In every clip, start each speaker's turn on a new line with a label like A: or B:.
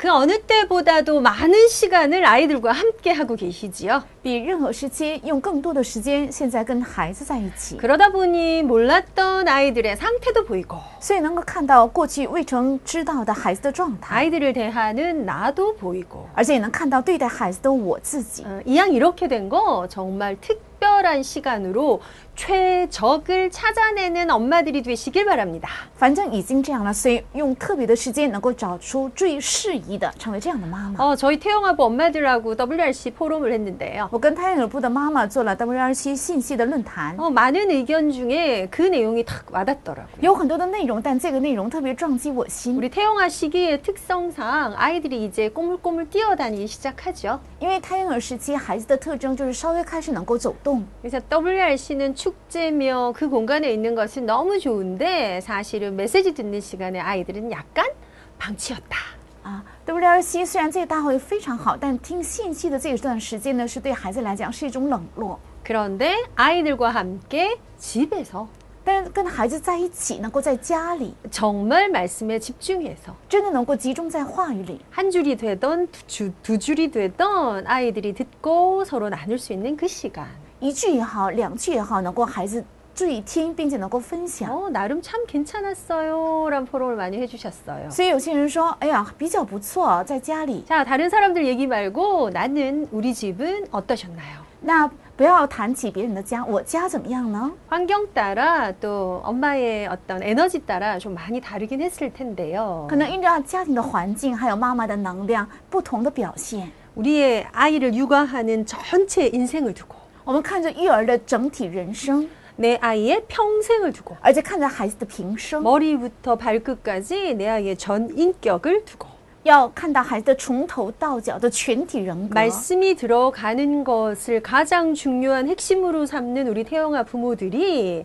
A: 그 어느 때보다도 많은 시간을 아이들과 함께 하고 계시지요.
B: 比任何时期用更多的时间，现在跟孩子在一起，
A: 그러다 보니 몰랐던 아이들의 상태도 보이고
B: 所以能够看到过去未曾知道的孩子的状态，
A: 아이들을 대하는 나도 보이고
B: 而且也能看到对待孩子的我自己。
A: 어, 이왕 이렇게 된 거 정말 특별한 시간으로 최적을 찾아내는 엄마들이 되시길 바랍니다.
B: 反正已经这样了，所以用特别的时间能够找出最适宜的，成为这样的妈妈。
A: 어, 저희 태영하고 엄마들하고 WRC 포럼을 했는데요.
B: 我跟胎儿部的妈妈做了 WRC 信息的论坛，
A: 어, 많은 의견 중에 그 내용이 탁 와닿더라고요.
B: 有很多的内容，但这个内容特别撞击我心，
A: 우리 태영아 시기의 특성상 아이들이 이제 꼬물꼬물 뛰어다니기 시작하죠.
B: 因为胎儿时期孩子的特征就是稍微开始能够走动，
A: 그래서 WRC는 축제며 그 공간에 있는 것은 너무 좋은데 사실은 메시지 듣는 시간에 아이들은 약간 방치였다.
B: 啊，WRC 虽然这个大会非常好，但听信息的这段时间呢，是对孩子来讲是一种冷落。
A: 그런데 아이들과 함께 집에서
B: 但是跟孩子在一起，能够在家里
A: 정말 말씀에 집중해서
B: 真的能够集中在话语里，
A: 한 줄이 되던 두, 주- 두 줄이 되던 아이들이 듣고 서로 나눌 수 있는 그 시간.
B: 一句也好，两句也好，能够孩子注意听，并且能够分享。
A: 어, 나름 참 괜찮았어요. 란 포럼을 많이 해주셨어요.
B: 所以有些人说，哎呀，比较不错，在家里。
A: 자, 다른 사람들 얘기 말고 나는 우리 집은 어떠셨나요?
B: 那不要谈起别人的家，我家怎么样呢？
A: 환경 따라 또 엄마의 어떤 에너지 따라 좀 많이 다르긴 했을 텐데요.
B: 可能依照家庭的环境，还有妈妈的能量，不同的表现。
A: 우리의 아이를 육아하는 전체 인생을 두고
B: 我们看着育儿的整体人生，
A: 내 아이의 평생을 두고
B: 而且看着孩子的平生，
A: 머리부터 발끝까지 내 아이의 전 인격을 두고
B: 要看到孩子的从头到脚的全体人格。
A: 말씀이 들어가는 것을 가장 중요한 핵심으로 삼는 우리 태영아 부모들이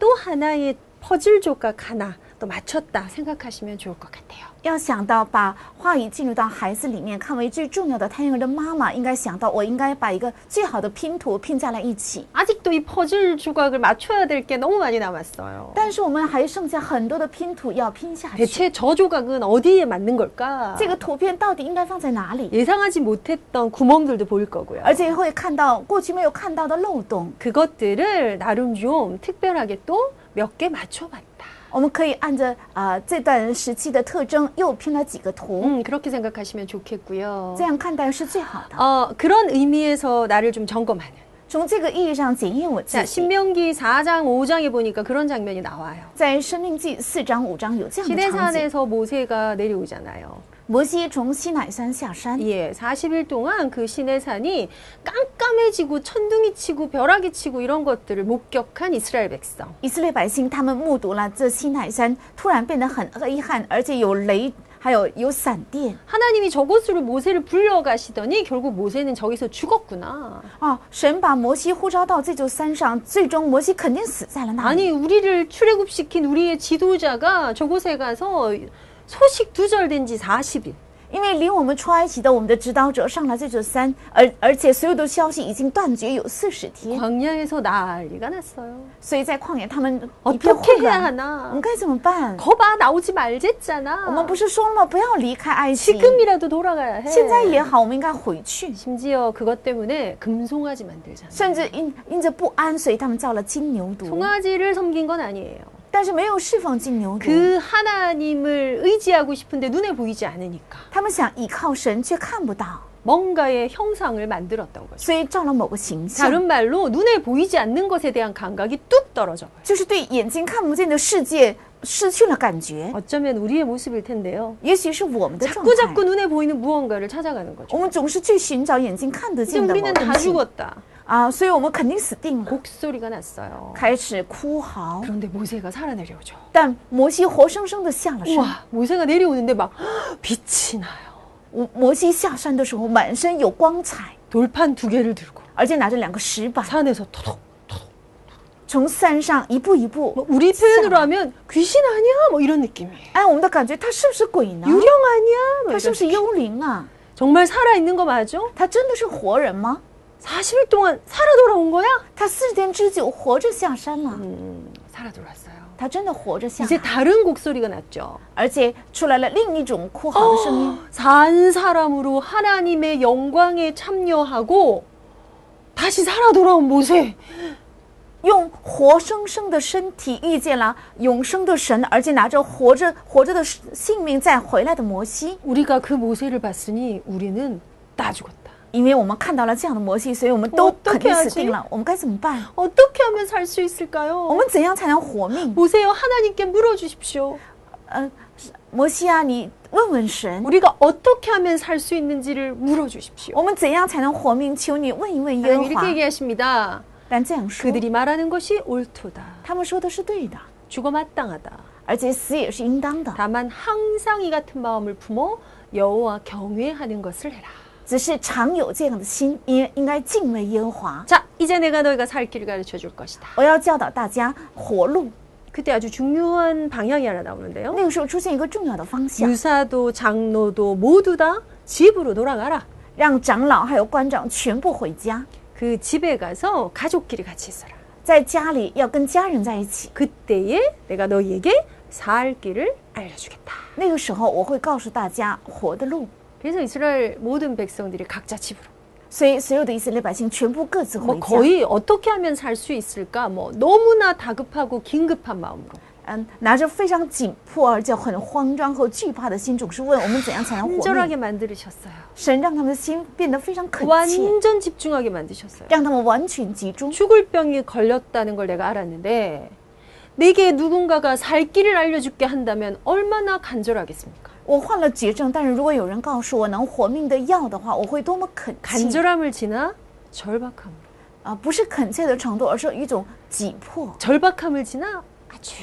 A: 또 하나의 퍼즐 조각 하나 또 맞췄다 생각하시면 좋을 것 같아요.
B: 要想到把话语进入到孩子里面，看为最重要的胎儿的妈妈，应该想到我应该把一个最好的拼图拼在了一起。
A: 아직도 이 퍼즐 조각을 맞춰야 될 게 너무 많이 남았어요.
B: 但是我们还剩下很多的拼图要拼下去。
A: 대체 저 조각은 어디에 맞는 걸까?
B: 这个图片到底应该放在哪里？
A: 예상하지 못했던 구멍들도 보일 거고요.
B: 而且会看到过去没有看到的漏洞，
A: 그것들을 나름 좀 특별하게 또 몇 개 맞춰봤다.
B: 我们可以按着啊、呃这段时期的特征又拼了几个图，
A: 음, 그렇게 생각하시면 좋겠고요.
B: 这样看待是最好的。
A: 어, 그런 의미에서 나를 좀 점검하는.
B: 从这个意义上检验我自
A: 자,
B: 己。
A: 신명기 4장, 5장에 보니까 그런 장면이 나와요.
B: 在《生命记》四章五章有
A: 음,
B: 这样的场景：
A: 시내산에서 모세가 내려오잖아요.
B: 摩西从西乃山下山，
A: 예, 40일 동안 그 시내산이 깜깜해지고 천둥이 치고 벼락이 치고 이런 것들을 목격한 이스라엘 백성.
B: 以色列百姓他们目睹了这西乃山突然变得很黑暗，而且有雷，还有有闪电
A: 하나님이 저곳으로 모세를 불러가시더니 결국 모세는 저기서 죽었구나.
B: 哦，神把摩西呼召到这座山上，最终摩西肯定死在了那里。
A: 아니, 우리를 출애굽시킨 우리의 지도자가 저곳에 가서 소식 두절된 지 40일.
B: 因为领我们出埃及的我们的指导者上了这座山，而而且所有的消息已经断绝有四十天，
A: 啊 광야에서 난리가 났어요.
B: 所以在旷野他们一片
A: 어떻게
B: 混
A: 해야
B: 乱。我
A: 하나?
B: 们该怎么办？
A: 거봐 나오지
B: 我们
A: 말랬잖아.
B: 不是说了吗？不要离开埃及。
A: 지금이라도 돌아가야 해.
B: 现在也好，我们应该回去。
A: 심지어 그것 때문에 금송아지 만들잖아.
B: 甚至因因着不安，所以他们造了金牛犊，
A: 송아지를 섬긴 건 아니에요.
B: 但是没有侍奉金牛犊。
A: 그 하나님을 의지하고 싶은데 눈에 보이지 않으니까
B: 他们想倚靠神，却看不到，
A: 뭔가의 형상을 만들었던 거죠.
B: 所以造了某个形象，
A: 다른 말로 눈에 보이지 않는 것에 대한 감각이 뚝 떨어져 버려요.
B: 就是对眼睛看不见的世界失去了感觉。
A: 어쩌면 우리의 모습일 텐데요.
B: 也许是我们的状
A: 자꾸
B: 态，
A: 자꾸 눈에 보이는 무언가를 찾아가는
B: 我
A: 거죠.
B: 们总是去寻找眼睛看得
A: 이제
B: 见的
A: 우리는
B: 某
A: 다
B: 东西
A: 죽었다.
B: 啊，所以我们肯定死定了。
A: 곡소리가 났어요.
B: 开始哭嚎，
A: 그런데 모세가 살아내려오죠.
B: 但摩西活生生的下了山。
A: 우와, 모세가 내려오는데 막 빛이 나요.
B: 摩摩西下山的时候，满身有光彩，
A: 돌판 두 개를 들고
B: 而且拿着两个石板，
A: 산에서 토독.
B: 从山上一步一步
A: 뭐 우리 표현으로 하면 귀신 아니야? 뭐 이런 느낌이에요.
B: 哎，我们的感觉，他是不是鬼呢？
A: 유령 아니야? 뭐
B: 他
A: 이런.
B: 是不是幽灵啊？
A: 정말 살아 있는 거 맞죠?
B: 他真的是活人吗？
A: 40일 동안 살아 돌아온 거야?
B: 他四天之久活着下山了，
A: 嗯 음, 살아 돌아왔어요.
B: 他它真的活着像
A: 이제 다른 곡소리가 났죠.
B: 而且出来了另一种哭嚎的声
A: 哦
B: 音。
A: 어, 산 사람으로 하나님의 영광에 참여하고 다시 살아 돌아온 모세.
B: 用活生生的身体遇见了永生的神，而且拿着活着活着的性命再回来的摩西。
A: 우리가 그 모세를 봤으니 우리는 나 죽었다.
B: 因为我们看到了这样的摩西，所以我们都
A: 我都
B: 肯定
A: 看
B: 死
A: 见
B: 定了。我们该怎么办？
A: 어떻게 하면 살 수
B: 我
A: 있을까요?
B: 们怎样才能活命？
A: 보세요. 하나님께 물어주십시오.
B: 呃，摩西啊，你问问神，
A: 우리가 어떻게 하면 살 수 있는지를 물어주십시오.
B: 我们怎样才能活命？求你问一问耶
A: 하나님
B: 和华
A: 이렇게 。 얘기하십니다.
B: 但这样说，
A: 그들이 말하는 것이 옳도다.
B: 他们说的是对的，
A: 죽어 마땅하다.
B: 而且死也是应当的，
A: 다만 항상 이 같은 마음을 품어 여호와 경외하는 것을 해라.
B: 只是常有这样的心，应应该敬畏耶和华。
A: 자, 이제 내가 너희가 살 길을 가르쳐 줄 것이다.
B: 我要教导大家活路。
A: 그때 아주 중요한 방향이 하나 나오는데요.
B: 那个时候出现一个重要的方
A: 嗯
B: 向，
A: 유사도 장로도 모두 다 집으로 돌아가라.
B: 让长老还有官长全部回家，
A: 그 집에 가서 가족끼리 같이 있어라.
B: 在家里要跟家人在一起。
A: 그때에 내가 너희에게 살 길을 알려주겠다.
B: 那个时候我会告诉大家活的路。
A: 그래서 이스라엘 모든 백성들이 각자 집으로.
B: 所以所有的以色列百姓全部各自
A: 뭐
B: 回家。
A: 거의 어떻게 하면 살 수 있을까? 뭐 너무나 다급하고 긴급한 마음으로
B: 嗯，拿着非常紧迫而且很慌张和惧怕的心，总是问我们怎样才能活命。
A: 간절하게 만드셨어요.
B: 神让他们的心变得非常恳切，
A: 완전 집중하게 만드셨어요.
B: 让他们完全集中。
A: 죽을 병이 걸렸다는 걸 내가 알았는데 내게 누군가가 살 길을 알려줄게 한다면 얼마나 간절하겠습니까?
B: 我患了绝症，但是如果有人告诉我能活命的药的话，我会多么恳切啊、
A: 간절함을 지나 절박함,
B: 不是恳切的程度，而是一种急迫，
A: 절박함을 지나 아주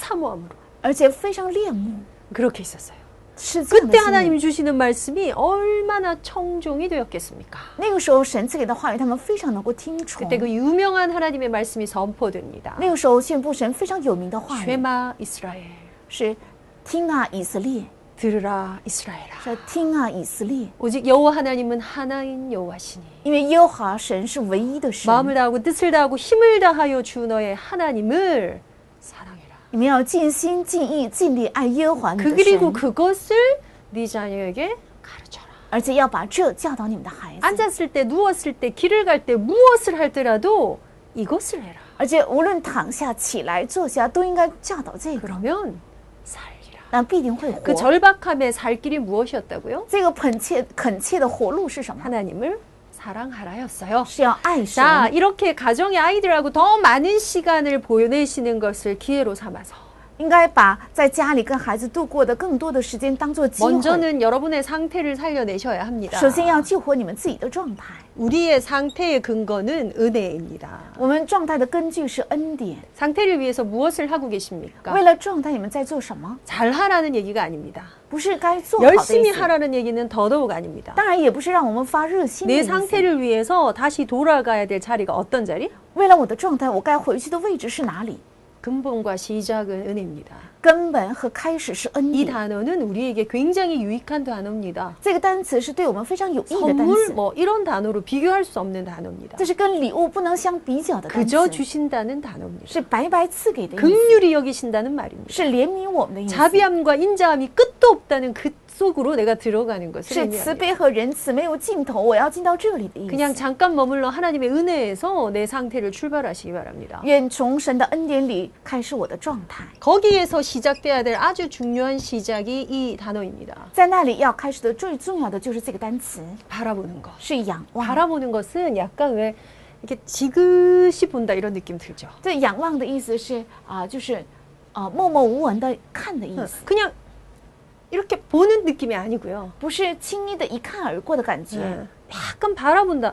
A: 사모함으로
B: 而且非常恋慕，
A: 그렇게 있었어요.
B: 是这
A: 그때
B: 样的心理
A: 하나님 주시는 말씀이 얼마나 청종이 되었겠습니까?
B: 那个时候，神赐给的话语，他们非常能够听从
A: 그때 。그 유명한 하나님의 말씀이 선포됩니다.
B: 那个时候宣布神非常有名的话语
A: 쉐마 이스라엘
B: 是：“听啊，以色列。”
A: 들으라 이스라엘아
B: 说听啊，以色列，
A: 오직 여호와 하나님은 하나인 여호와시니
B: 因为耶和华神是唯一的神。
A: 마음을 다하고 뜻을 다하고 힘을 다하여 주 너의 하나님을 사랑해라
B: 你们要尽心尽意尽力爱耶和华你
A: 그
B: 的
A: 그리고
B: 神，
A: 그것을 네 자녀에게 가르쳐라
B: 而且要把这教导你们的孩子。
A: 앉았을 때 누웠을 때 길을 갈 때 무엇을 할때라도 이것을 해라
B: 而且无论躺下、起来、坐下，都应该教导这个，
A: 그러면 살리라
B: 那必定会
A: 그
B: 活。
A: 절박함의 살 길이 무엇이었다고요?
B: 这个恳切恳切的活路是什么？
A: 하나님을 사랑하라였어요
B: 是要爱神。
A: 자 이렇게 가정의 아이들하고 더 많은 시간을 보내시는 것을 기회로 삼아서
B: 应该把在家里跟孩子度过的更多的时间当做机会。
A: 먼저는 여러분의 상태를 살려내셔야 합니다.
B: 首先要救活你们自己的状态。
A: 우리의 상태의 근거는 은혜입니다.
B: 我们状态的根据是恩典。
A: 상태를 위해서 무엇을 하고
B: 为
A: 계십니까?
B: 了状态，你们在做什么？
A: 잘 하라는 얘기가 아닙니다.
B: 不是该做好的意思
A: 열심히 하라는 얘기는 더더욱 아닙니다.
B: 当然也不是让我们发热心的
A: 내
B: 意思。
A: 상태를 위해서 다시 돌아가야 될 자리가 어떤 자리?
B: 为了我的状态，我该回去的位置是哪里？
A: 근본과 시작은 은혜입니다.
B: 根本和开始是恩
A: 이
B: 典。
A: 단어는 우리에게 굉장히 유익한 단어입니다.
B: 这个单词是对我们非常有益的单
A: 선물
B: 词，
A: 뭐 이런 단어로 비교할 수 없는 단어입니다.
B: 这是跟礼物不能相比较的单
A: 그저
B: 词，
A: 주신다는 그 단어입니다.
B: 是白白赐给的意思，
A: 긍휼히 여기신다는 말입니다.
B: 是怜悯我们的
A: 그
B: 意思，
A: 자비함과 인자함이 끝도 없다는 그 속으로 내가 들어가는 것을
B: 是慈
A: 의미합니다.
B: 悲和仁慈没有尽头。我要进到这里的意
A: 그냥
B: 思。
A: 잠깐 머물러 하나님의 은혜에서 내 상태를 출발하시기 바랍니다.
B: 愿从神的恩典里开始我的状态，
A: 거기에서 시작돼야 될 아주 중요한 시작이 이 단어입니다.
B: 在那里要开始的最重要的就是这个单词，
A: 바라보는 것.
B: 是仰望。
A: 바라보는 것은 약간 왜 이렇게 지그시 본다 이런 느낌 들죠.
B: 这仰望的意思是啊、就是啊、默默无闻的看
A: 음.
B: 的意思。
A: 그냥 이렇게 보는 느낌이 아니고요.
B: 不是轻易的一看而过的感
A: 네.
B: 觉，
A: 嗯 약간 바라본다.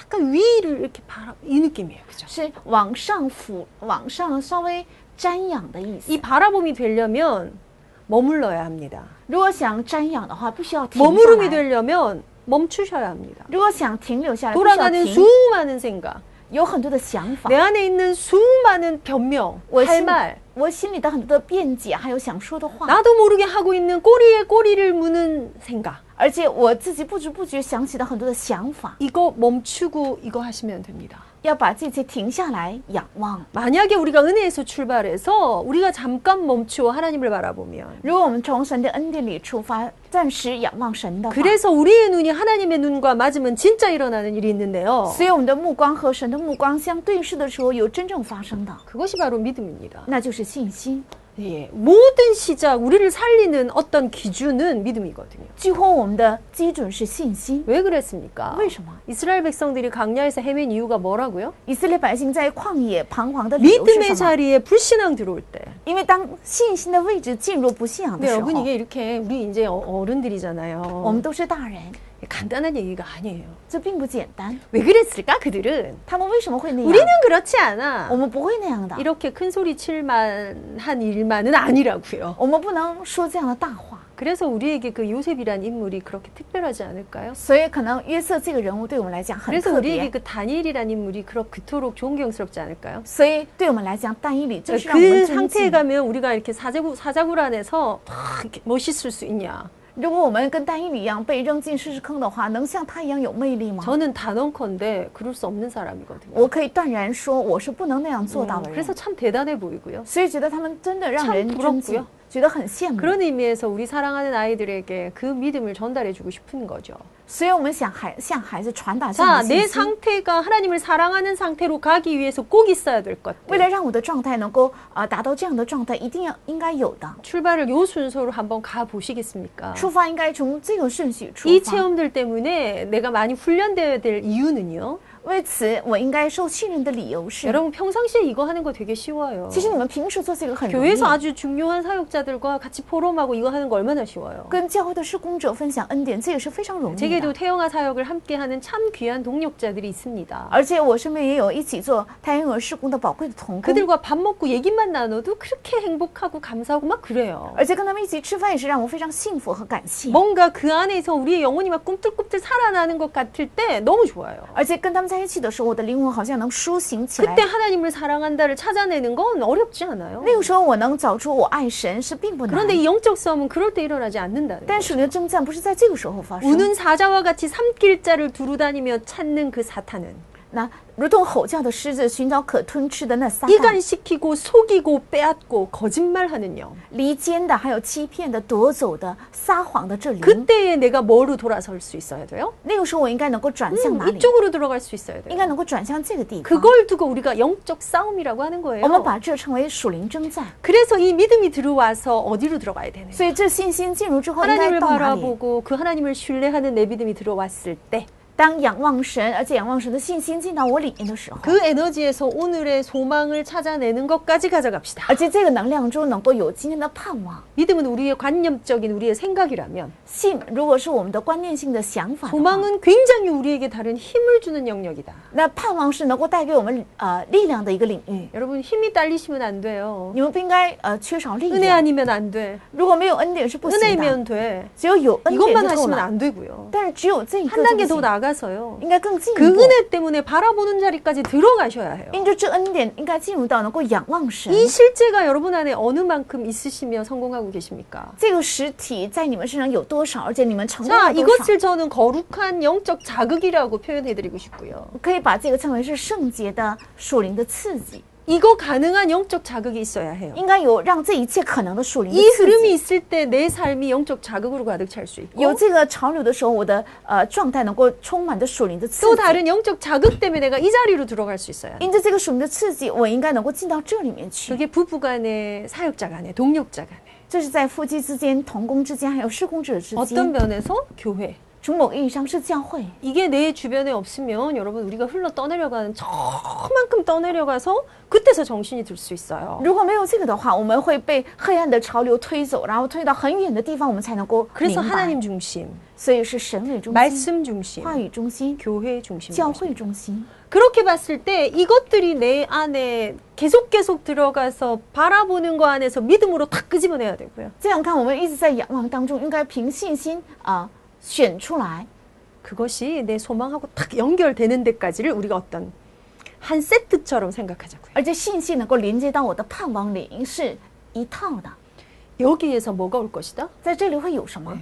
A: 약간 위를 이렇게 바라 이 느낌이에요. 그죠?
B: 是往上俯、往上稍微瞻仰的意
A: 이
B: 思。
A: 바라봄이 되려면 머물러야 합니다.
B: 如果想瞻仰的话，必须要停下
A: 머무름이
B: 来；
A: 되려면 멈추셔야 합니다.
B: 如果想停留下来，必须要
A: 돌아가는
B: 停。
A: 수많은 생각,
B: 有很多的想法
A: 내 ， 안에 있는 수많은 변명,
B: 월-
A: 할 말,
B: 我心里的很多的辩解，还有想说的话，
A: 나도 모르게 하고 있는 꼬리에 꼬리를 무는 생각.
B: 而且我自己不知不觉想起了很多的想法，
A: 이거 멈추고 이거 하시면 됩니다.
B: 要把这些停下来仰望。
A: 만약에 우리가 은혜에서 출발해서 우리가 잠깐 멈추어 하나님을 바라보면
B: 如果我们从神的恩典里出发，暂时仰望神的话，
A: 그래서 우리의 눈이 하나님의 눈과 맞으면 진짜 일어나는 일이 있는데요.
B: 所以我们的目光和神的目光相对视的时候，有真正发生的，
A: 그것이 바로 믿음입니다.
B: 那就是信心。
A: 예, 모든 시작 우리를 살리는 어떤 기준은 믿음이거든요.
B: 几乎我们的基准是信心。
A: 왜 아, 그랬습니까?
B: 为什么
A: 이스라엘 백성들이 강야에서 헤맨 이유가 뭐라고요?
B: 以色列百姓在旷野彷徨
A: 네,
B: 的理由是
A: 믿음의
B: 什么？
A: 자리에 불신앙 들어올 때.
B: 因为当信心的位置进入不信仰的
A: 근데
B: 时
A: 여러분
B: 候，
A: 이게 이렇게 우리 이제 어-
B: 我
A: 어른들이잖아요.
B: 们都是大人，
A: 간단한 얘기가 아니에요.
B: 这并不简单。
A: 왜 그랬을까 그들은?
B: 他们为什么会那样？
A: 우리는 그렇지 않아.
B: 我们不会那样的，
A: 이렇게 큰 소리 칠만한 일만은 아니라고요.
B: 我们不能说这样的大话。
A: 그래서 우리에게 그 요셉이란 인물이 그렇게 특별하지 않을까요?
B: 所以，可能约瑟这个人物对我们来讲很
A: 그래서
B: 特
A: 우리에게
B: 别，
A: 그 다니엘이란 인물이 그렇 그토록 존경스럽지 않을까요?
B: 所以对我们来讲，但以理呃就是让我
A: 그
B: 们尊
A: 상태에
B: 敬。
A: 가면 우리가 이렇게 사자구 사자굴 안에서 막 이렇게 멋있을 수 있냐?
B: 如果我们跟但以理一样被扔进试试坑的话，能像他一样有魅力吗？
A: 저는 단언컨대 그럴 수 없는 사람이거든요.
B: 我可以断然说，我是不能那样做到
A: 음,
B: 的人。
A: 그래서 참 대단해 보이고요.
B: 所以觉得他们真的让
A: 참부
B: 人
A: 럽고요
B: 尊敬，觉得很羡慕。
A: 그런 의미에서 우리 사랑하는 아이들에게 그 믿음을 전달해 주고 싶은 거죠.
B: 所以我们想孩向孩子传达这
A: 자,
B: 样的
A: 내
B: 信息，
A: 상태가 하나님을 사랑하는 상태로 가기 위해서 꼭 있어야 될
B: 为
A: 것들.
B: 了让我的状态能够呃达到这样的状态，一定要应该有的
A: 출발을 요 순서로 한번 가 보시겠습니까?
B: 出发，应该从这个顺序出
A: 이
B: 发。
A: 체험들 때문에 내가 많이 훈련돼야 될 이유는요.
B: 为此，我应该受信任的理由是，
A: 여러분 평상시에 이거 하는 거 되게 쉬워요.
B: 其实你们平时做这个很容易，
A: 교회에서 아주 중요한 사역자들과 같이 포럼하고 이거 하는 거 얼마나 쉬워요.
B: 跟教会的施工者分享恩典，这也是非常容易的
A: 제게도 。 태영아 사역을 함께하는 참 귀한 동력자들이 있습니다.
B: 而且我身边也有一起做太阳儿施工的宝贵的同工，
A: 그들과 밥 먹고 얘기만 나눠도 그렇게 행복하고 감사하고 막 그래요.
B: 而且跟他们一起吃饭也是让我非常幸福和感谢。
A: 뭔가 그 안에서 우리의 영혼이 막 꿈틀꿈틀 살아나는 것 같을 때 너무 좋아요.
B: 而且跟他们在一起的时候，我的灵魂好像能苏醒起来
A: 그때 。 하나님을 사랑한다를 찾아내는 건 어렵지 않아요.
B: 那个时候我能找出我爱神是并不难
A: 그런데 ，이 영적 싸움은 그럴 때 일어나지 않는다는 거예요.
B: 但属灵的征战不是在这个时候发生。
A: 우는 사자와 같이 삼킬자를 두루다니며 찾는 그 사탄은
B: 那如同吼叫的狮子寻找可吞吃的那撒旦，
A: 이간시키고 속이고 빼앗고 거짓말하는 영.
B: 离间的，还有欺骗的、夺走的、撒谎的这灵。
A: 그때에 내가 뭐로 돌아설 수 있어야 돼요?
B: 那个时候我应该能够转
A: 음,
B: 向哪里？
A: 이쪽으로 들어갈 수 있어야
B: 应
A: 돼요.
B: 该能够转向这个地方。
A: 그걸 두고 우리가 영적 싸움이라고 하는
B: 我们
A: 거예요.
B: 把这称为属灵征战。
A: 그래서 이 믿음이 들어와서 어디로 들어가야 되는 거예요?
B: 所以这信心进入之后，应该
A: 하나님을
B: 到哪里？
A: 바라보고 그 하나님을 신뢰하는 내 믿음이 들어왔을 때 그
B: 当仰望神，而且仰望神的信心进到我里面的时候，
A: 그 에너지에서 오늘의 소망을 찾아내는 것까지 가져갑시다.
B: 而且这个能量中能够有今天的盼望。
A: 아, 믿음은 우리의 관념적인 우리의 생각이라면
B: 信如果是我们的观念性的想
A: 아,
B: 法的话，
A: 도망은 굉장히 우리에게 다른 힘을 주는 영역이다.
B: 那盼望是能够带给我们呃力量的一个领域。
A: 여러분 힘이 딸리시면 안 돼요.
B: 你们不应该呃缺少力
A: 은혜
B: 量，
A: 아니면 안 돼.
B: 如果没有恩典是不行的，
A: 은혜면 돼.
B: 只有有恩典
A: 이것만
B: 就够
A: 하시면
B: 了。
A: 안 되고요.
B: 但是只有这一个
A: 한
B: 就不
A: 단계 더
B: 行，
A: 나아가서요.
B: 应该更进一
A: 그
B: 步。
A: 은혜 때문에 바라보는 자리까지 들어가셔야 해요.
B: 因着这恩典，应该进入到能够仰望神。
A: 이 실제가 여러분 안에 어느 만큼 있으시며 성공하고 계십니까?
B: 这个实体在你们身上有多少，而且你们成功
A: 아, 자,
B: 了多少，
A: 이것을 저는 거룩한 영적 자극이라고 표현해드리고 싶고요.
B: 可以把这个称为是圣洁的属灵的刺激。
A: 이거 가능한 영적 자극이 있어야 해요.
B: 应该有让这一切可能的属灵的
A: 이
B: 刺激。
A: 흐름이 있을 때 어, 내 삶이 영적 자극으로 가득 찰 수 있고
B: 有这个潮流的时候，我的呃状态能够充满着属灵的刺
A: 또
B: 激。
A: 다른 영적 자극 때문에 내가 이 자리로 들어갈 수 있어야 해요.
B: 因着这个属灵的刺激，我应该能够进到这里面去。
A: 그게 부부간에 사역자간에 동력자간에
B: 这是在夫妻之间、同工之间，还有施工者之
A: 어떤
B: 间。
A: 면에서 교회
B: 从某个意义上是教会，
A: 이게 내 주변에 없으면 여러분 우리가 흘러 떠내려가는 저만큼 떠내려가서 그때서 정신이 들 수 있어요.
B: 如果没有这个的话，我们会被黑暗的潮流推走，然后推到很远的地方，我们才能够
A: 그래서
B: 明白。
A: 하나님 중심,
B: 所以是神为中心、
A: 말씀 중심,
B: 话语中心、
A: 교회 중심.
B: 教会中心。
A: 그렇게 봤을 때 이것들이 내 안에 계속 계속 들어가서 바라보는 거 안에서 믿음으로 탁 끄집어내야 되고요.
B: 这样看，我们一直在仰望当中，应该凭信心啊、选出来，
A: 그것이 내 소망하고 탁 연결되는 데까지를 우리가 어떤 한 세트처럼 생각하자고요.
B: 而这信息能够连接到我的盼望里，是一套的。
A: 여기에서 뭐가 올 것이다?
B: 在这里会有什么？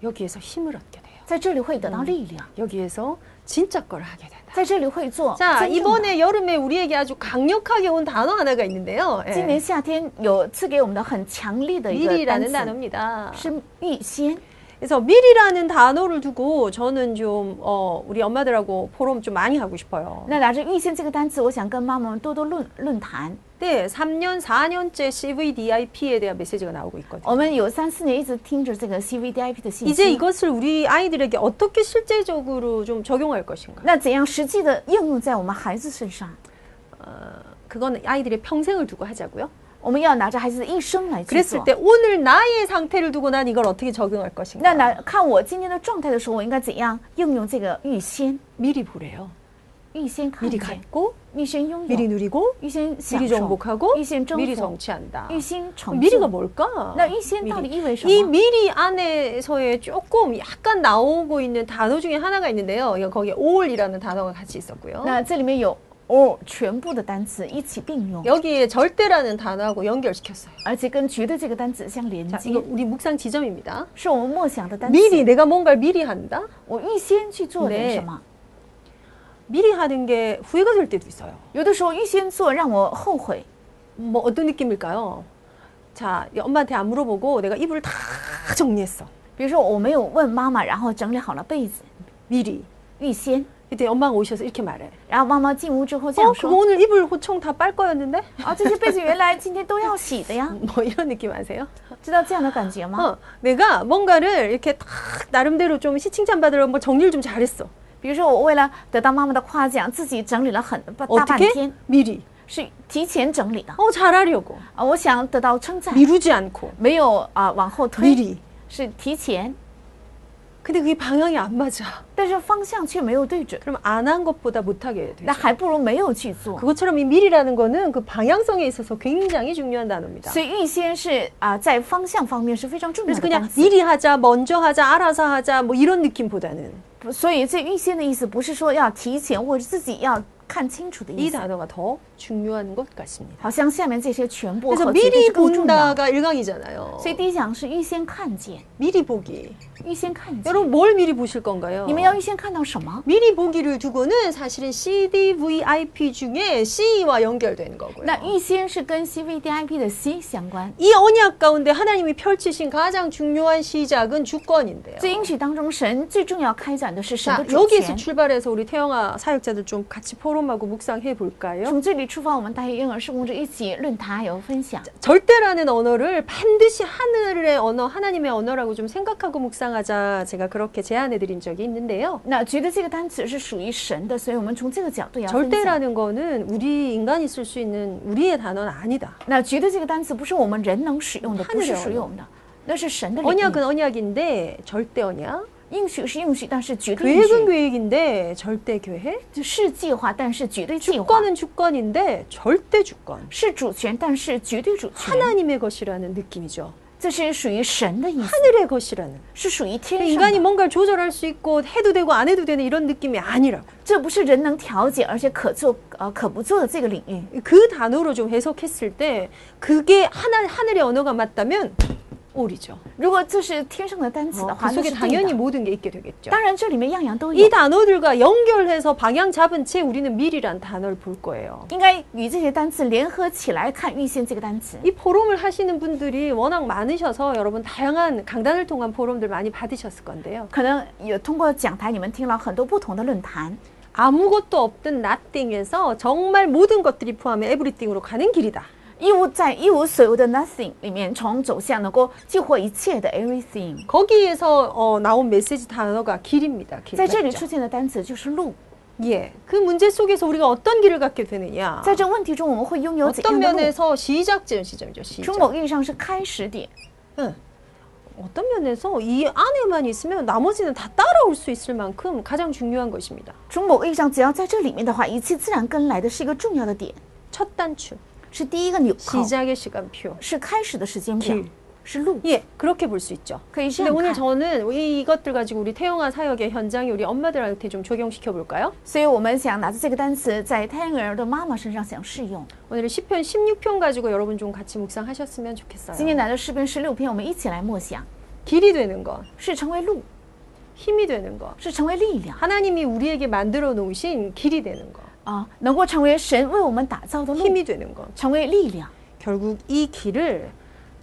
A: 여기에서 힘을 얻게 돼요.
B: 在这里会得到力
A: 嗯
B: 量，
A: 여기에서 진짜 걸 하게 된다.
B: 在这里会做
A: 자
B: 真正的
A: 이번에 여름에 우리에게 아주 강력하게 온 단어 하나가 있는데요. 예.
B: 今年夏天有赐给我们的很强力的一个单
A: 미리라는
B: 词
A: 단어입니다.
B: 是预先。
A: 그래서 미리라는 단어를 두고 저는 좀 어, 우리 엄마들하고 포럼 좀 많이 하고 싶어요.
B: 那拿着“预先”这个单词，我想跟妈妈们多多论论坛。
A: 네, 3년, 4년째 CVDIP에 대한 메시지가 나오고 있거든요.
B: 我们有三四年一直听着这个 CVDIP 的信
A: 이제
B: 息，
A: 이것을 우리 아이들에게 어떻게 실제적으로 좀 적용할 것인가?
B: 那怎样实际的应用在我们孩子身上？
A: 그건 아이들의 평생을 두고 하자고요.
B: 我们要拿着孩子的一生来去
A: 그랬을
B: 做
A: 때 。 오늘 나의 상태를 두고 난 이걸 어떻게 적용할
B: 那
A: 것인가?
B: 拿看我今天的状态的时候，我应该怎样应用这个预先？
A: 미리 보래요.
B: 预先看
A: 미리
B: 见，
A: 갖고
B: 预先拥
A: 미리
B: 有，
A: 누리고
B: 预先享
A: 미리
B: 受，
A: 정복하고
B: 预先征
A: 미리
B: 服，
A: 성취한다.
B: 预先成
A: 미리가
B: 就。
A: 뭘까?
B: 那预先到
A: 미리.
B: 底意味什
A: 아, 이
B: 么？
A: 미리 안에서의 조금 약간 나오고 있는 단어 중에 하나가 있는데요. 이거 거기에 all이라는 단어가 같이 있었고요.
B: 那这里面有 all 全部的单词一起并用，
A: 여기에 절대라는 단어하고 연결시켰어요.
B: 而且跟“绝对”这个单词相连
A: 자,
B: 接
A: 이거 ， 우리 묵상 지점입니다.
B: 是我们默想的单词。
A: 미리 내가 뭔가를 미리 한다?
B: 我预先去做点
A: 네
B: 什么？
A: 미리 하는 게 후회가 될 때도 있어요.
B: 有的时候预先做让我后悔，
A: 뭐 어떤 느낌일까요? 자, 이 엄마한테 안 물어보고 내가 이불을 다 정리했어.
B: 比如说我没有问妈妈，然后整理好了被子，
A: 미리.
B: 预先，
A: 그때 엄마가 오셔서 이렇게 말해.
B: 然后妈妈进屋之后这
A: 어,
B: 样
A: 그거
B: 说
A: 오늘 이불 호청 다 빨 거였는데? ：“
B: 啊，这些被子原来今天都要洗的呀。
A: 뭐 이런 느낌 아세요? ”
B: 知道这样的感觉吗？
A: 어, 내가 뭔가를 이렇게 딱 나름대로 좀 시칭찬 받으려고 뭐 정리를 좀 잘했어.
B: 比如说，我为了得到妈妈的夸奖，自己整理了很大大半
A: 어떻게?
B: 天，
A: 미리.
B: 是提前整理的。
A: 어, 잘하려고.
B: 啊，我想得到称赞，
A: 미루지 않고.
B: 没有啊、往后推，
A: 미리.
B: 是提前，
A: 근데 그게 방향이 안 맞아.
B: 但是方向却没有对准，
A: 그럼 안 한 것보다 못하게 돼.
B: 那还不如没有去做。
A: 그것처럼 이 미리라는 거는 그 방향성에 있어서 굉장히 중요한 단어입니다.
B: 所以预先是啊、在方向方面是非常重要
A: 그래서
B: 的
A: 그냥
B: 单词。
A: 미리 하자, 먼저 하자, 알아서 하자 뭐 이런 느낌보다는
B: 不所以这预先的意思不是说要提前或者自己要看清楚的意
A: 이
B: 思，
A: 단어가 더 중요한 것 같습니다.
B: 好像下面这些全部
A: 그래서
B: 和绝对
A: 미리
B: 是更重要的。
A: 본다가 1강이잖아요.
B: 所以第一讲是预先看见，
A: 미리 보기.
B: 预先看见，
A: 여러분 뭘 미리 보실 건가요?
B: 你们要预先看到什么？
A: 미리 보기를 두고는 사실은 CDVIP 중에 CE와 연결되는 거고요.
B: 那预先是跟 CVDIP 的 C 相关，
A: 이 언약 가운데 하나님이 펼치신 가장 중요한 시작은 주권인데요.
B: 这应许当中神最重要开展的是神
A: 자,
B: 的主
A: 여기에서
B: 权。
A: 출발해서 우리 태영아 사역자들 좀 같이 포럼하고 묵상해 볼까요?
B: 从这里出发，我们大学婴儿施工者一起论坛还有分享。
A: 절대라는 언어를 반드시 하늘의 언어, 하나님의 언어라고 좀 생각하고 묵상하자. 제가 그렇게 제안해 드린 적이 있는데요.
B: 那觉得这个单词是属于神的，所以我们从这个角度要分享。
A: 절대라는 거는 우리 인간이 쓸 수 있는 우리의 단어는 아니다.
B: 那觉得这个单词不是我们人能使用哦的，
A: 它
B: 不
A: 的
B: 是
A: 领域
B: 属于我们的，那是神的领域。
A: 언약은 언약인데 절대 언약.
B: 应许是应许，但是绝对应
A: 계획은
B: 许；
A: 계획인데 절대 계획.
B: 就是计划，但是绝对计划；
A: 주권은 주권인데 절대 주권.
B: 是主权，但是绝对主权。
A: 하나님의 것이라는 느낌이죠.
B: 这是属于神的意思，
A: 하늘의 것이라는.
B: 是属于
A: 그러니까
B: 天上
A: 인간이
B: 的。
A: 뭔가를 조절할 수 있고 해도 되고 안 해도 되는 이런 느낌이 아니라고.
B: 这不是人能调节，而且可做呃可不做的这个领域。
A: 그 단어로 좀 해석했을 때 그게 하나, 하늘의 언어가 맞다면 올이죠.
B: 如果这是天上的单词的话，
A: 그
B: 那
A: 속에
B: 是对
A: 당연히
B: 的。
A: 모든 게 있게 되겠죠.
B: 当然，这里面样样都有
A: 이 。 단어들과 연결해서 방향 잡은 채 우리는 미리란 단어를 볼 거예요.
B: 应该与这些单词联合起来看“预先”这个单词。
A: 이 포럼을 하시는 분들이 워낙 많으셔서 여러분 다양한 강단을 통한 포럼들 많이 받으셨을 건데요.
B: 可能有通过讲台，你们听了很多不同的论坛，
A: 아무것도 없던 nothing에서 정말 모든 것들이 포함해 everything으로 가는 길이다.
B: 一无在一无所有的 nothing 里面，从走向能够激活一切的 everything。
A: 거기에서 어, 나온 메시지 단어가 길입니다. 길.
B: 在这里
A: 맞죠?
B: 出现的单词就是路。
A: 예. 그 문제 속에서 우리가 어떤 길을 갖게 되느냐.
B: 在这问题啊中，我们会拥有怎
A: 어떤
B: 样的路？
A: 면에서 시작점 시점이죠. 시작.
B: 从某意义上是开始点，
A: 응. 어떤 면에서 이 안에만 있으면 나머지는 다 따라올 수 있을 만큼 가장 중요한 것입니다.
B: 从某意义上，只要在这里面的话，一切自然跟来的是一个重要的点，
A: 첫 단추,
B: 是第一个纽扣，
A: 시작의 시간표,
B: 是开始的时间表
A: 길,
B: 是路。
A: 예, 그렇게 볼 수 있죠.
B: 그이
A: 근데
B: 시간
A: 오늘
B: 看，
A: 저는 이- 이것들 가지고 우리 태영아 사역의 현장에 우리 엄마들한테 좀 적용시켜 볼까요?
B: 所以我们想拿着这个单词在太阳儿的妈妈身上想试用。
A: 오늘 시편 16편 가지고 여러분 좀 같이 묵상하셨으면
B: 今
A: 좋겠어요.
B: 天来到诗篇十六篇，我们一起来默想，
A: 길이 되는 것,
B: 是成为路，
A: 힘이 되는 것,
B: 是成为力量
A: 하나님이 우리에게 만들어 놓으신 길이 되는 것,
B: 啊，能够成为神为我们打造的路，
A: 힘이 되는 것.
B: 成为力量。
A: 결국 이 길을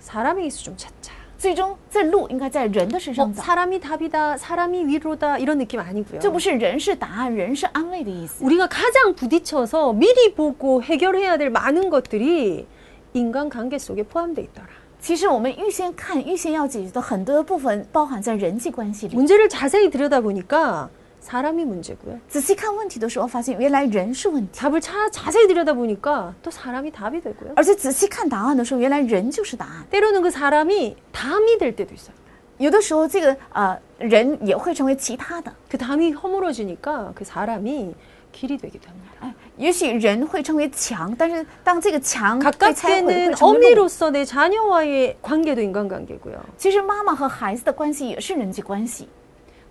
A: 사람에게서 좀 찾자.
B: 最终，这路应该在人的身
A: 어,
B: 上走，
A: 사람이 답이다, 사람이 위로다 이런 느낌 아니고요.
B: 这不是人是答案，人是安慰的意思。
A: 우리가 가장 부딪혀서 미리 보고 해결해야 될 많은 것들이 인간 관계 속에 포함되어 있더라.
B: 其实我们预先看、预先要解决的很多部分，包含在人际关系里。
A: 문제를 자세히 들여다보니까 사람이 문제고요.
B: 仔细看问题的时候，发现原来人是问题，
A: 답을 차, 자세히 들여다보니까 또 사람이 답이 되고요.
B: 而且仔细看答案的时候，原来人就是答案。
A: 때로는 그 사람이 담이 될 때도 있어요.
B: 有的时候，这个呃人也会成为其他的，
A: 그 담이 허물어지니까 그 사람이 길이 되기도 합니다.
B: 哎，也许人会成为墙，但是当这个墙被拆毁，会
A: 가깝게는
B: 成为路。
A: 어미로서 내 자녀와의 관계도 인간관계고요.
B: 其实妈妈和孩子的关系也是人际关系，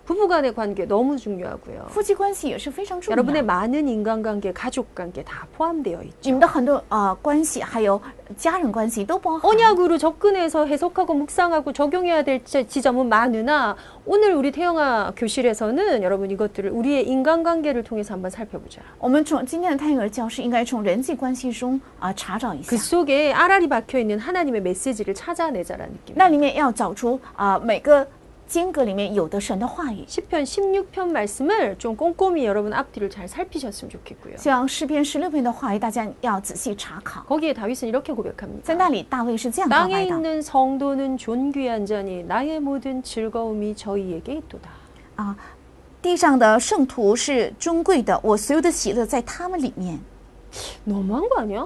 A: 부부간의 관계 너무 중요하고요.
B: 夫妻关系也是非常重要
A: 여러분의
B: 的。
A: 많은 인간관계, 가족관계 다 포함되어 있죠.
B: 你们的很多呃关系，还有家人关系都包含。
A: 언약으로 접근해서 해석하고 묵상하고 적용해야 될 지- 지점은 많으나 오늘 우리 태영아 교실에서는 여러분 이것들을 우리의 인간관계를 통해서 한번 살펴보자.
B: 我们从今天的胎儿教室应该从人际关系中啊、查找一
A: 그 ，
B: 下
A: 속에 알알이 박혀 있는 하나님의 메시지를 찾아내자라는 느낌.
B: 那里面要找出啊、每个间隔里面有的神的话语。
A: 10편 16편 말씀을 좀 꼼꼼히 여러분 앞뒤를 잘 살피셨으면 좋겠고요.
B: 像诗篇十六篇的话语，大家要仔细查考。
A: 거기에 다윗은 이렇게
B: 在
A: 고백합니다.
B: 那里，大卫是这样告
A: 땅에
B: 白的
A: 있는 성도는 존귀한 자니 나의 모든 즐거움이 저희에게 있도다.
B: 啊，地上的圣徒是尊贵的，我所有的喜乐在他们里面。
A: 너무한 거 아니야?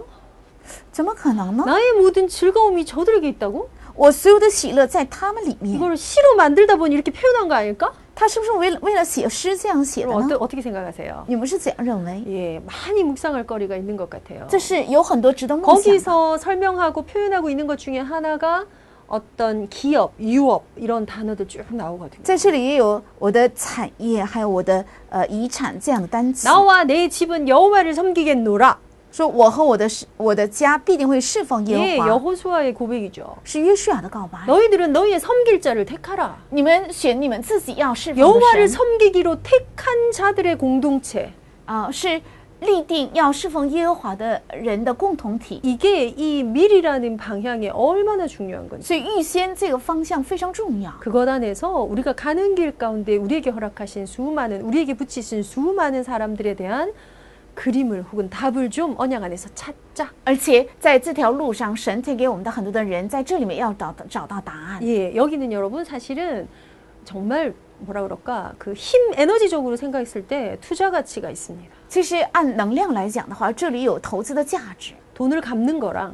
B: 怎么可能呢？
A: 나의 모든 즐거움이 저들에게 있다고?
B: 我所有的喜乐在他们里面。
A: 이걸 시로 만들다 보니 이렇게 표현한 거 아닐까?
B: 他是不是为了为了写诗这样写
A: 여러분
B: 的
A: 어떠,
B: 呢？
A: 어떻게 생각하세요?
B: 你们是怎样认为？
A: 예, 많이 묵상할 거리가 있는 것 같아요.
B: 这是有很多值得梦想的。
A: 거기서 설명하고 표현하고 있는 것 중에 하나가 어떤 기업, 유업 이런 단어들 쭉 나오거든요.
B: 在这里也有我的产业，还有我的呃遗产这样的单词。
A: 나와 내 집은 여호와를 섬기겠노라.
B: 说我和我的是我的家必定会侍奉
A: 예,
B: 耶和华，
A: 여호수아의 고백이죠.
B: 是约书亚的告白。
A: 너희들은 너희의 섬길 자를 택하라.
B: 你们选你们自己要侍奉的
A: 여호와를
B: 神
A: 섬기기로 택한 자들의 공동체.
B: 啊、是立定要侍奉耶和华的人的共同体。
A: 이게 이 밀이라는 방향이 얼마나 중요한 건지.
B: 所以预先这个方向非常重要。
A: 그것 안에서 우리가 가는 길 가운데 우리에게 허락하신 수많은 우리에게 붙이신 수많은 사람들에 대한 그림을 혹은 답을 좀 언약 안에서 찾자.
B: 而且在这条路上，神赐给我们的很多的人，在这里面要找到找到答案。
A: 예, 여기는 여러분 사실은 정말 뭐라 그럴까 그 힘 에너지적으로 생각했을 때 투자 가치가 있습니다.
B: 其实按能量来讲的话，这里有投资的价值，
A: 돈을 갚는 거랑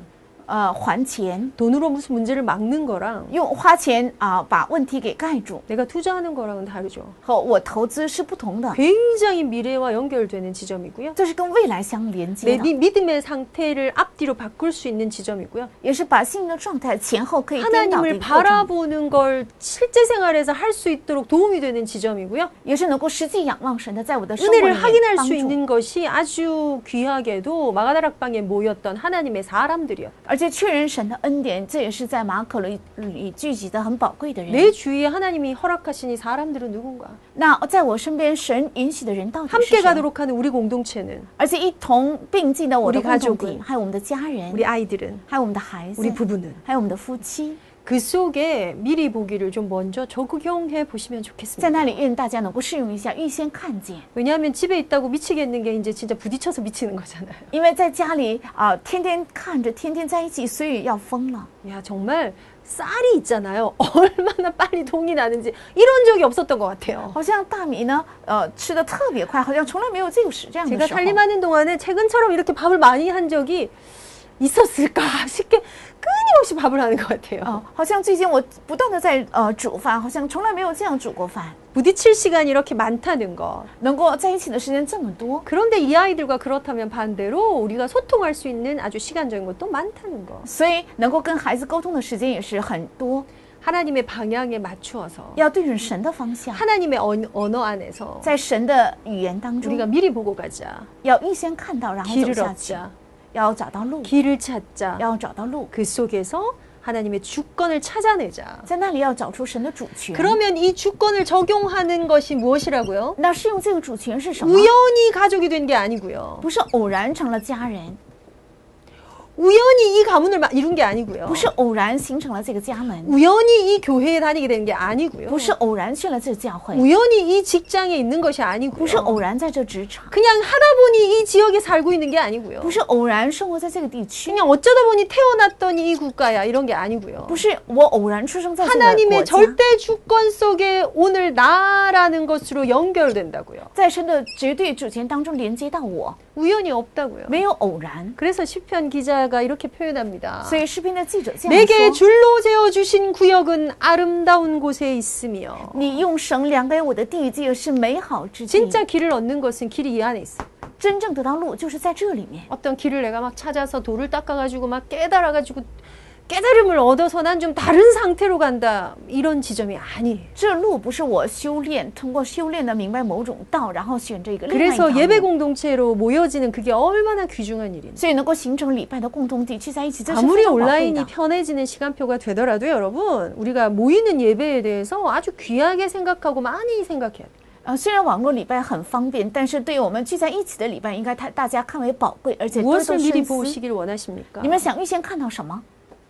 B: 呃，还钱，
A: 돈으로 무슨 문제를 막는 거랑
B: 用花钱啊、把问题给盖住，
A: 내가 투자하는 거랑은 다르죠.
B: 和我投资是不同的，
A: 굉장히 미래와 연결되는 지점이고요.
B: 这是跟未来相连
A: 내
B: 接的，
A: 미- 믿음의 상태를 앞뒤로 바꿀 수 있는 지점이고요.
B: 也是把信任的状态前后可以颠倒的一
A: 하나님을
B: 个过程，
A: 바라보는 걸 실제 생활에서 할 수 있도록 도움이 되는 지점이고요.
B: 也是能够实际仰望神的，在我的生活里
A: 은혜를
B: 面
A: 확인할
B: 帮
A: 수
B: 助，
A: 있는 것이 아주 귀하게도 마가다락방에 모였던 하나님의 사람들이었다.
B: 而且确认神的恩典，这也是在马可里里聚集的很宝贵的
A: 내
B: 人。
A: 주위에 하나님이 허락하신 이 사람들은 누군가?
B: 那在我身边，神允许的人到底是
A: 함께
B: 谁？
A: 가도록 하는 우리 공동체는 而
B: 而且一同并进的我的
A: 우리
B: 共同
A: 가족은
B: 体，还有我们的家人，
A: 우리 아이들은
B: 还有我们的孩子，
A: 우리 부부는
B: 还有我们的夫妻，
A: 그 속에 미리 보기를 좀 먼저 적용해 보시면
B: 在
A: 좋겠습니다.
B: 那里愿大家能够试用一下，预先看见。
A: 왜냐하면 집에 있다고 미치겠는 게 이제 진짜 부딪혀서 미치는 거잖아요.
B: 因为在家里啊、天天看着，天天在一起，所以要疯了。
A: 야 정말 쌀이 있잖아요. 얼마나 빨리 동이 나는지 이런 적이 없었던 것 같아요.
B: 好像大米呢，呃，吃的特别快，好像从来没有这个时这样的
A: 제가
B: 时候。
A: 살림하는 동안에 최근처럼 이렇게 밥을 많이 한 적이 있었을까 싶게 끊임없이
B: 哦
A: 밥을 하는 것 같아요.
B: 呃，好像最近我不断的在呃煮饭，好像从来没有这样煮过饭。
A: 부딪힐 시간이 이렇게 많다는 거.
B: 能够在一起的时间这么多，
A: 그런데 이 아이들과 그렇다면 반대로 우리가 소통할 수 있는 아주 시간적인 것도 많다는 거.
B: 所以能够跟孩子沟通的时间也是很多，
A: 하나님의 방향에 맞추어서
B: 要对准神的方向，
A: 하나님의 언, 언어 안에서
B: 在神的语言当
A: 우리가
B: 中，
A: 미리 보고 가자.
B: 要预先看到，然后走
A: 길을
B: 下去，
A: 얻자.
B: 要找到路，
A: 길을 찾자.
B: 要找到路，
A: 그 속에서 하나님의 주권을 찾아내자.
B: 在那里要找出神的主权。
A: 그러면 이 주권을 적용하는 것이 무엇이라고요?
B: 那适用这个主权是什么？
A: 우연히 가족이 된 게 아니고요.
B: 不是偶然成了家人，
A: 우연히 이 가문을 마- 이룬 게 아니고요.
B: 不是偶然形成了这个家门，
A: 우연히 이 교회에 다니게 된 게 아니고요.
B: 不是偶然去了这教会，
A: 우연히 이 직장에 있는 것이
B: 不是
A: 아니고요.
B: 偶然在这职场，
A: 그냥 하다 보니 이 지역에 살고 있는 게 아니고요.
B: 不是偶然生活在这个地区，
A: 그냥 어쩌다 보니 태어났더니 이 국가야 이런 게 아니고요.
B: 不是我偶然出生在这个
A: 하나님의
B: 国家，
A: 절대 주권 속에 오늘 나라는 것으로 연결된다고요.
B: 在神的绝对主权当中连接到我，
A: 우연이 없다고요.
B: 没有偶然。
A: 그래서 시편 기자가 이렇게 표현합니다.
B: 所以诗篇的记者这样
A: 내게
B: 说
A: 줄로 재어 주신 구역은 아름다운 곳에 있으며 ：“
B: 你用绳量给我的地界是美好之地。”
A: 진짜 길을 얻는 것은 길이 이 안에 있어.
B: 真正得到路就是在这里面。
A: 어떤 길을 내가 막 찾아서 돌을 닦아가지고 막 깨달아가지고 깨달음을 얻어서 난 좀 다른 상태로 간다 이런 지점이 아니에요.
B: 这路不是我修炼，通过修炼的明白某种道，然后选择一个另外一条
A: 그래서 예배
B: 路。
A: 공동체로 모여지는 그게 얼마나 귀중한 일인지.
B: 所以能够形成礼拜的共同地聚在一起，这是
A: 아무리
B: 非常宝贵
A: 온라인이
B: 的。
A: 편해지는 시간표가 되더라도 여러분 우리가 모이는 예배에 대해서 아주 귀하게 생각하고 많이 생각해야 돼요.
B: 呃，虽然网络礼拜很方便，但是对于我们聚在一起的礼拜，应该大大家看为宝贵，而且多多
A: 무엇을
B: 深
A: 미리
B: 思。
A: 보시길 원하십니까?
B: 你们想预先看到什么？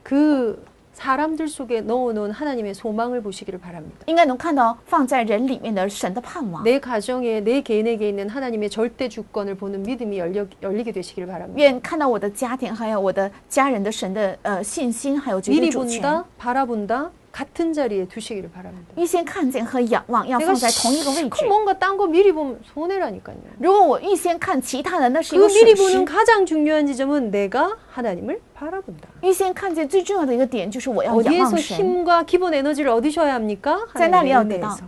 A: 그 사람들 속에 넣어놓은 하나님의 소망을 보시기를 바랍니다.
B: 应该能看到放在人里面的神的盼望。
A: 내 가정에 내 개인에게 있는 하나님의 절대 주권을 보는 믿음이 열려, 열리게 되시기를 바랍니다.
B: 愿看到我的家庭，还有我的家人的神的呃信心，还有绝对
A: 미리
B: 主权。
A: 본다, 바라본다, 같은 자리에 두시기를 바랍니다.
B: 预先看见和仰望要
A: 내가
B: 放在同一个位置
A: 실컷 。 뭔가 딴 거 미리 보면 손해라니까요.
B: 如果我预先看其他人，那是
A: 그
B: 一个
A: 미리
B: 损
A: 보는
B: 失。
A: 가장 중요한 지점은 내가 하나님을 바라본다.
B: 预先看见最重要的一个点就是我要仰
A: 어디에서
B: 望神，
A: 힘과 기본 에너지를 얻으셔야 합니까?
B: 자,
A: 하나님의
B: 날이
A: 은혜에서.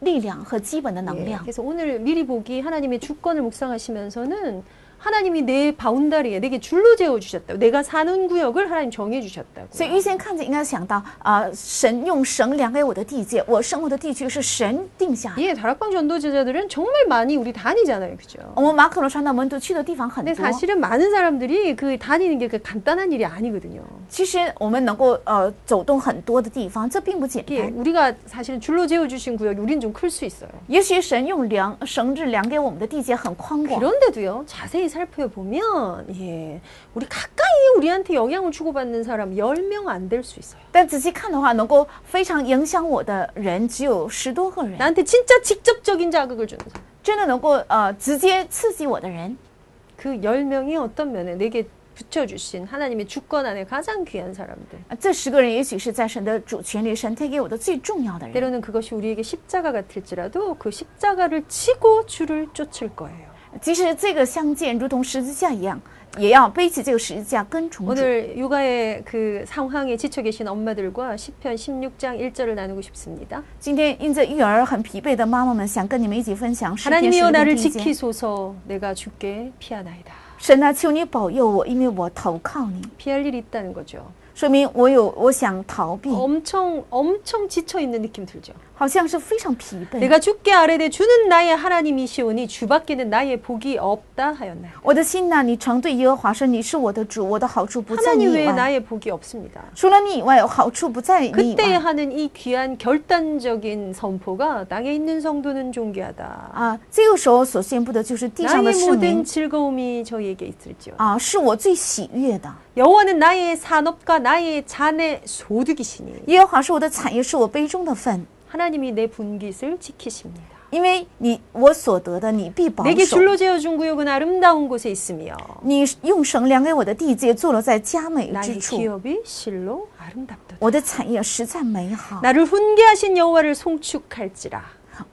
B: 力量和基本的
A: 예,
B: 能量。
A: 그래서 오늘 미리 보기 하나님의 주권을 묵상하시면서는 하나님이 내 바운다리에 내게 줄로 재워 주셨다고 내가 사는 구역을 하나님 정해 주셨다고.
B: 所以预先看见应该想到啊、神用绳量给我的地界，我生活的地区是神定下的。
A: 예, 다락방 전도 제자들은 정말 많이 우리 다니잖아요, 그죠?
B: 我们马可罗传道门徒去的地方很
A: 근데
B: 多，
A: 사실은 많은 사람들이 그 다니는 게 그 간단한 일이 아니거든요.
B: 其实我们能够呃走动很多的地方，这并不简
A: 이게
B: 单。
A: 우리가 사실은 줄로 재워 주신 구역이 우린 좀 클 수 있어요.
B: 也许神用量绳子量给我们的地界很宽广，
A: 그런데도요 자세히 살펴보면 예 우리 가까이 우리한테 영향을 주고받는 사람 10명 안 될 수 있어요
B: 但仔细看的话，能够非常影响我的人只有十多个人。
A: 나한테 진짜 직접적인 자극을 주는 사람
B: 真的能够呃直接刺激我的人，
A: 그 10명이 어떤 면에 내게 붙여주신 하나님의 주권 안에 가장 귀한 사람들
B: 呃这十个人也许是在神的主权里，神推给我的最重要的人。
A: 때로는 그것이 우리에게 십자가 같을지라도 그 십자가를 치고 주를 쫓을 거예요
B: 即使这个相见如同十字架一样，也要背起这个十字架跟从主。
A: 오늘 육아의 그 상황에 지쳐 계신 엄마들과 시편 16장 1절을 나누고 싶습니다
B: 今天因着育儿很疲惫的妈妈们，想跟你们一起分享诗篇十
A: 하나님이여
B: 六篇
A: 나를
B: 第一节。
A: 지키소서 내가 주께 피하나이다
B: 神啊，求你保佑我，因为我投靠你，
A: 피할 일이 있다는 거죠.
B: 说明我有我想逃避，
A: 엄청 엄청 지쳐 있는 느낌 들죠.
B: 好像是非常疲惫。
A: 내가 주께 아뢰되 주는 나의 하나님이시오니 주밖에는 나의 복이 없다 하였나요.
B: 我的心呐、你常对耶和华说：“你是我的主，我的好处不在你
A: 하나님
B: 以
A: 외에
B: 外，
A: 나의 복이 없습니다.
B: 除了你以外，好处不在你以
A: 그때
B: 外。”
A: 하는 이 귀한 결단적인 선포가 땅에 있는 성도는 존귀하다.
B: 啊，这个时候所宣布的就是地上的
A: 나의
B: 圣
A: 모든
B: 灵
A: 즐거움이 저희에게 있을지요.
B: 啊，是我最喜悦的。
A: 여호와는 나의 산업과 나의 잔의 소득이시니
B: 耶和华是我的产业，是我杯中的份。
A: 하나님이 내 분깃을 지키십니다.
B: 因为你我所得的，你必保
A: 내게
B: 守。
A: 줄로 재어준 구역은 아름다운 곳에 있으며
B: 你用绳量给我的地界，坐落在佳美
A: 나의
B: 之处。
A: 기업이 실로 아름답도다.
B: 我的产业实在美好，
A: 나를 훈계하신 여호와를 송축할지라.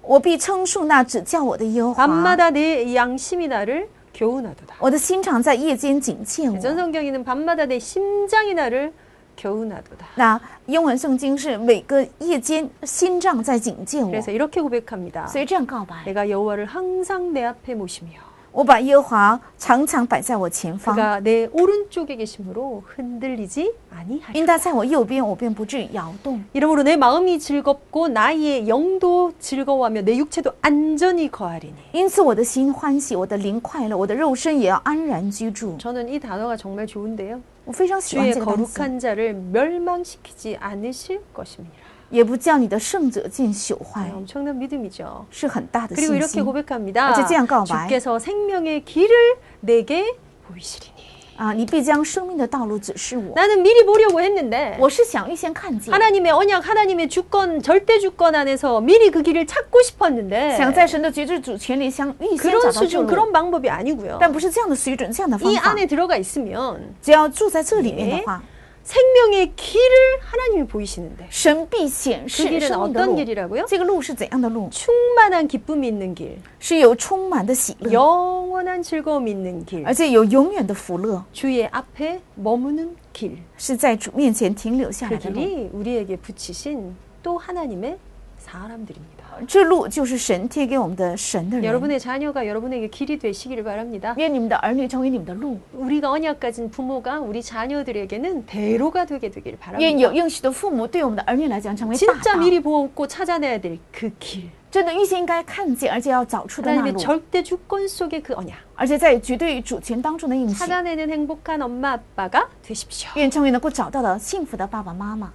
B: 我必称述那指教我的耶
A: 아.
B: 和华。
A: 밤마다 내 양심이 나를 교훈하도다. 네,
B: 我的心肠在夜间警戒我。
A: 전성경에는 밤마다 내 심장이 나를 겨우나도다.
B: 那英文圣经是每个夜间心脏在警戒我，
A: 그래서 이렇게 고백합니다.
B: 所以这样告白：
A: 내가 여호와를 항상 내 앞에 모시며
B: 我把耶和华常常摆在我前方，
A: 그가 내 오른쪽에 계심으로 흔들리지 아니하리.
B: 因他在我右边，我便不至于摇动。
A: 이러므로 내 마음이 즐겁고 나의 영도 즐거워하며 내 육체도 안전히 거하리니.
B: 因此我的心欢喜，我的灵快乐，我的肉身也要安然居住。
A: 저는 이 단어가 정말 좋은데요.
B: 我非常喜欢
A: 주의
B: 这个单词，
A: 거룩한 자를 멸망시키지 않으실 것입니다.
B: 也不叫你的圣者见朽坏
A: 네, ， 엄청난 믿음이죠.
B: 嗯是很大的
A: 그리고
B: 信
A: 이렇게
B: 心
A: 고백합니다.
B: 예. 어째 찌양 까워 봐요.
A: 주께서 생명의 길을 내게 보이시리니.
B: 啊！你必将生命的道路指示我。
A: 나는 미리 보려고 어. 했는데
B: 我是想预先看见，
A: 하나님의 언약, 하나님의 주권, 절대 주권 안에서 미리 그 길을 찾고 싶었는데
B: 想在神的绝对主权里相预先
A: 그런
B: 找到这
A: 수준,
B: 路，
A: 그런 방법이 아니고요.
B: 但不是这样的水准，这样的方
A: 이
B: 法。
A: 안에 들어가 있으면
B: 只要住在这里面的话，
A: 생명의 길을 하나님이 보이시는데
B: 神必显
A: 그
B: 示
A: 길은
B: 生命的
A: 어떤
B: 路。
A: 길이라고요?
B: 这个路是怎样的路？
A: 충만한 기쁨이 있는 길,
B: 是有充满的喜
A: 음.
B: 乐，
A: 영원한 즐거움이 있는 길,
B: 而且有永远的福乐，
A: 주의 앞에 머무는 길.
B: 是在主面前停留下来
A: 그
B: 的路。
A: 길이 우리에게 붙이신 또 하나님의 사람들입니다.
B: 这路就是神贴给我们的神的
A: 아,
B: 人。
A: 네. 여러분의 자녀가 여러분에게 길이 되시기를 바랍니다.
B: 愿你们的儿女成为你们的路，
A: 우리가 언약 가진 부모가 우리 자녀들에게는 대로가 되게 되길
B: 愿
A: 바랍니다.
B: 有应许的父母对我们的儿女来讲成为大
A: 진짜
B: 道，
A: 미리 보고 찾아내야 될 그 길.
B: 真的预先应该看见，而且要找出的那
A: 하나님의
B: 路，
A: 절대 주권 속의 그 언약.
B: 而且在绝对主权当中的应许，
A: 찾아내는 행복한 엄마 아빠가 되십시오.
B: 愿成为能够找到的幸福的爸爸妈妈。